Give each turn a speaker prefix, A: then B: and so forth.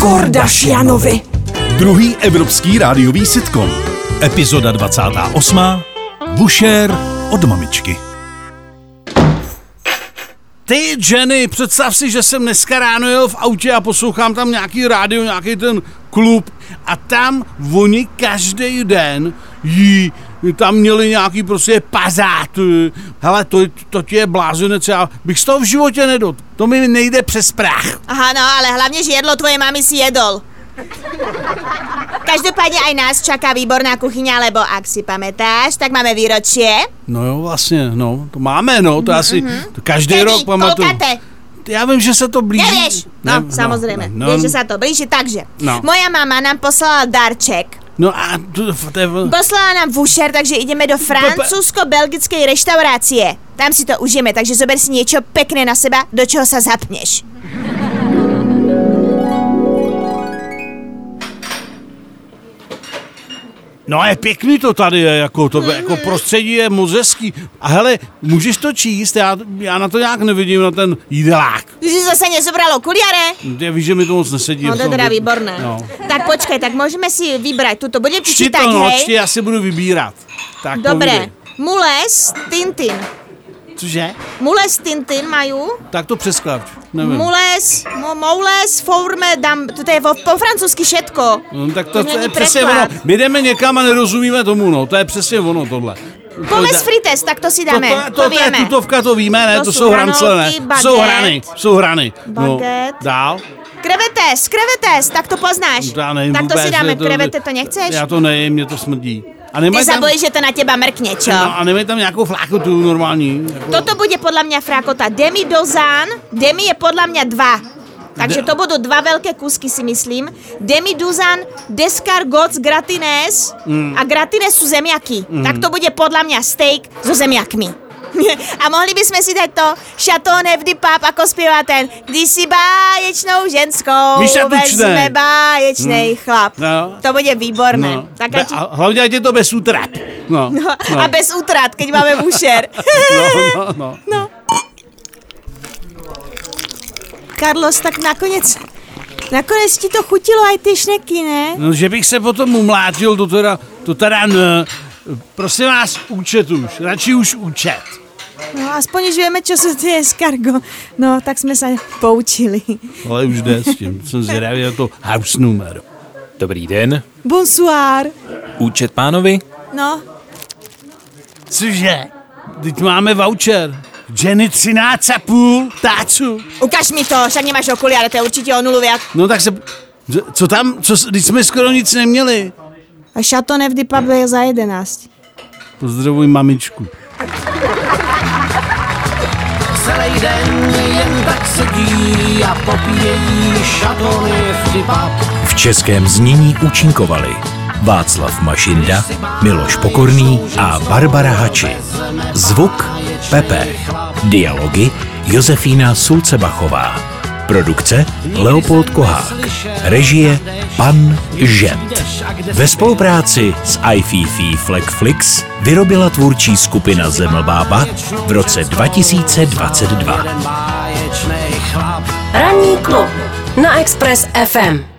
A: Kordašianovi.
B: Druhý evropský rádiový sitcom. Epizoda 28. Bušér od mamičky. Ty, Jenny, představ si, že jsem dneska ráno jel v autě a poslouchám tam nějaký rádio, nějaký ten klub a tam oni každý den jí tam měli nějaký prostě pazát. Hele, to, to ti je blázenec, já bych z toho v životě nedot. To mi nejde přes prach.
C: Aha, no, ale hlavne, že jedlo tvojej mamy si jedol. Každopádne aj nás čaká výborná kuchyňa, lebo ak si pamätáš, tak máme výročie.
B: No jo, vlastně, no, to máme, no, to asi
C: Mhm.
B: to každý
C: Kedy?
B: rok pamatuju.
C: Koľkaté?
B: Já vím, že se to blíží.
C: Nevieš? No, samozrejme.
B: No,
C: Vieš, že sa to blíži, takže.
B: No.
C: Moja mama nám poslala darček.
B: no a to, to je...
C: Poslala nám vušer, takže ideme do francúzsko-belgickej reštaurácie. Tam si to užijeme, takže zober si niečo pekné na seba, do čoho sa zapneš.
B: No a je pěkný to tady je, jako, to, jako prostředí je moc hezký. A hele, můžeš to číst, já, já na to nějak nevidím, na ten jídelák.
C: Ty si zase nezobralo kuliare?
B: Já víš, že mi to moc nesedí.
C: No
B: v
C: to je
B: tom-
C: teda výborné.
B: No.
C: Tak počkej, tak môžeme si vybrať. Tuto budem ti
B: Čti
C: čítať,
B: to, no,
C: hej?
B: čti, já si budu vybírat. Tak
C: Dobre.
B: povídej.
C: Mules, Tintin.
B: Cože?
C: Mules, Tintin majú.
B: Tak to přesklaď, nevím.
C: Mules, mo, Moules, Fourme, dam, to je vo, po francúzsky všetko.
B: No, tak to,
C: To
B: to,
C: není
B: je přesně ono.
C: překlad.
B: My jdeme někam a nerozumíme tomu, no. To je přesně ono tohle.
C: Pomes frites, tak to si
B: to,
C: dáme.
B: to, to, to je
C: vieme.
B: tutovka, to víme, ne?
C: To
B: To,
C: jsou
B: jsou hrance, ne?
C: hranolky, baget.
B: Jsou hrany, jsou hrany. No,
C: Baget.
B: dál.
C: Krevetes, krevetes, tak to poznáš.
B: To já nevím
C: tak to
B: vůbec,
C: si dáme,
B: ne,
C: krevete, to nechceš?
B: Já to nejím, mě to smrdí. A
C: Ty
B: nemají tam,
C: zabojíš, že to na teba mrkne, čo?
B: no, a nemají tam nějakou flákotu normální. Jako,
C: Toto bude podľa mňa frakota Demi Dozán, Demi je podľa mňa dva. Takže to budú dva veľké kúsky, si myslím. Demi Duzan, Descargots Gratines
B: Mm.
C: a Gratines sú zemiaky. Tak to bude podľa mňa steak so zemiakmi. A mohli by sme si dať to Chateau vždy pap, ako spieva ten Když si báječnou ženskou
B: Vyšatučnej.
C: vezme báječnej chlap.
B: No.
C: To bude výborné.
B: no.
C: Tak
B: Be,
C: ať...
B: a hlavně ať je to bez útrap. No, no,
C: A bez útrat, keď máme bušer.
B: no, no, no.
C: No. Carlos, tak nakonec, nakonec ti to chutilo aj ty šneky, ne?
B: no, že bych se potom umlátil, to teda, to teda ne, prosím vás, účet už, radši už účet.
C: No, aspoň už vieme, čo sú tie eskargo. No, tak sme sa poučili.
B: Ale už jde s tím, jsem zvědavý na to house numero.
D: Dobrý den.
C: Bonsoir.
D: Účet pánovi?
C: No,
B: Cože? Teď máme voucher. Jenny 13 a půl, tácu.
C: ukáž mi to, však nemáš okuliare, to je určite o nulu viac.
B: No tak se, co tam, co, s- teď jsme skoro nic neměli.
C: A šato nevždy pabuje za 11.
B: Pozdravuj mamičku.
E: Celý den jen tak sedí a popíjejí šatony v typa.
F: V českém znění účinkovali Václav Mašinda, Miloš Pokorný a Barbara Hači. Zvuk Pepe. Dialogy Josefína Sulcebachová. Produkce Leopold Kohák. Režie Pan Žent. Ve spolupráci s iFiFi Flexflix vyrobila tvůrčí skupina Zemlbába v roce 2022.
E: Báječnej chlap.
G: Ranní klub na Express FM.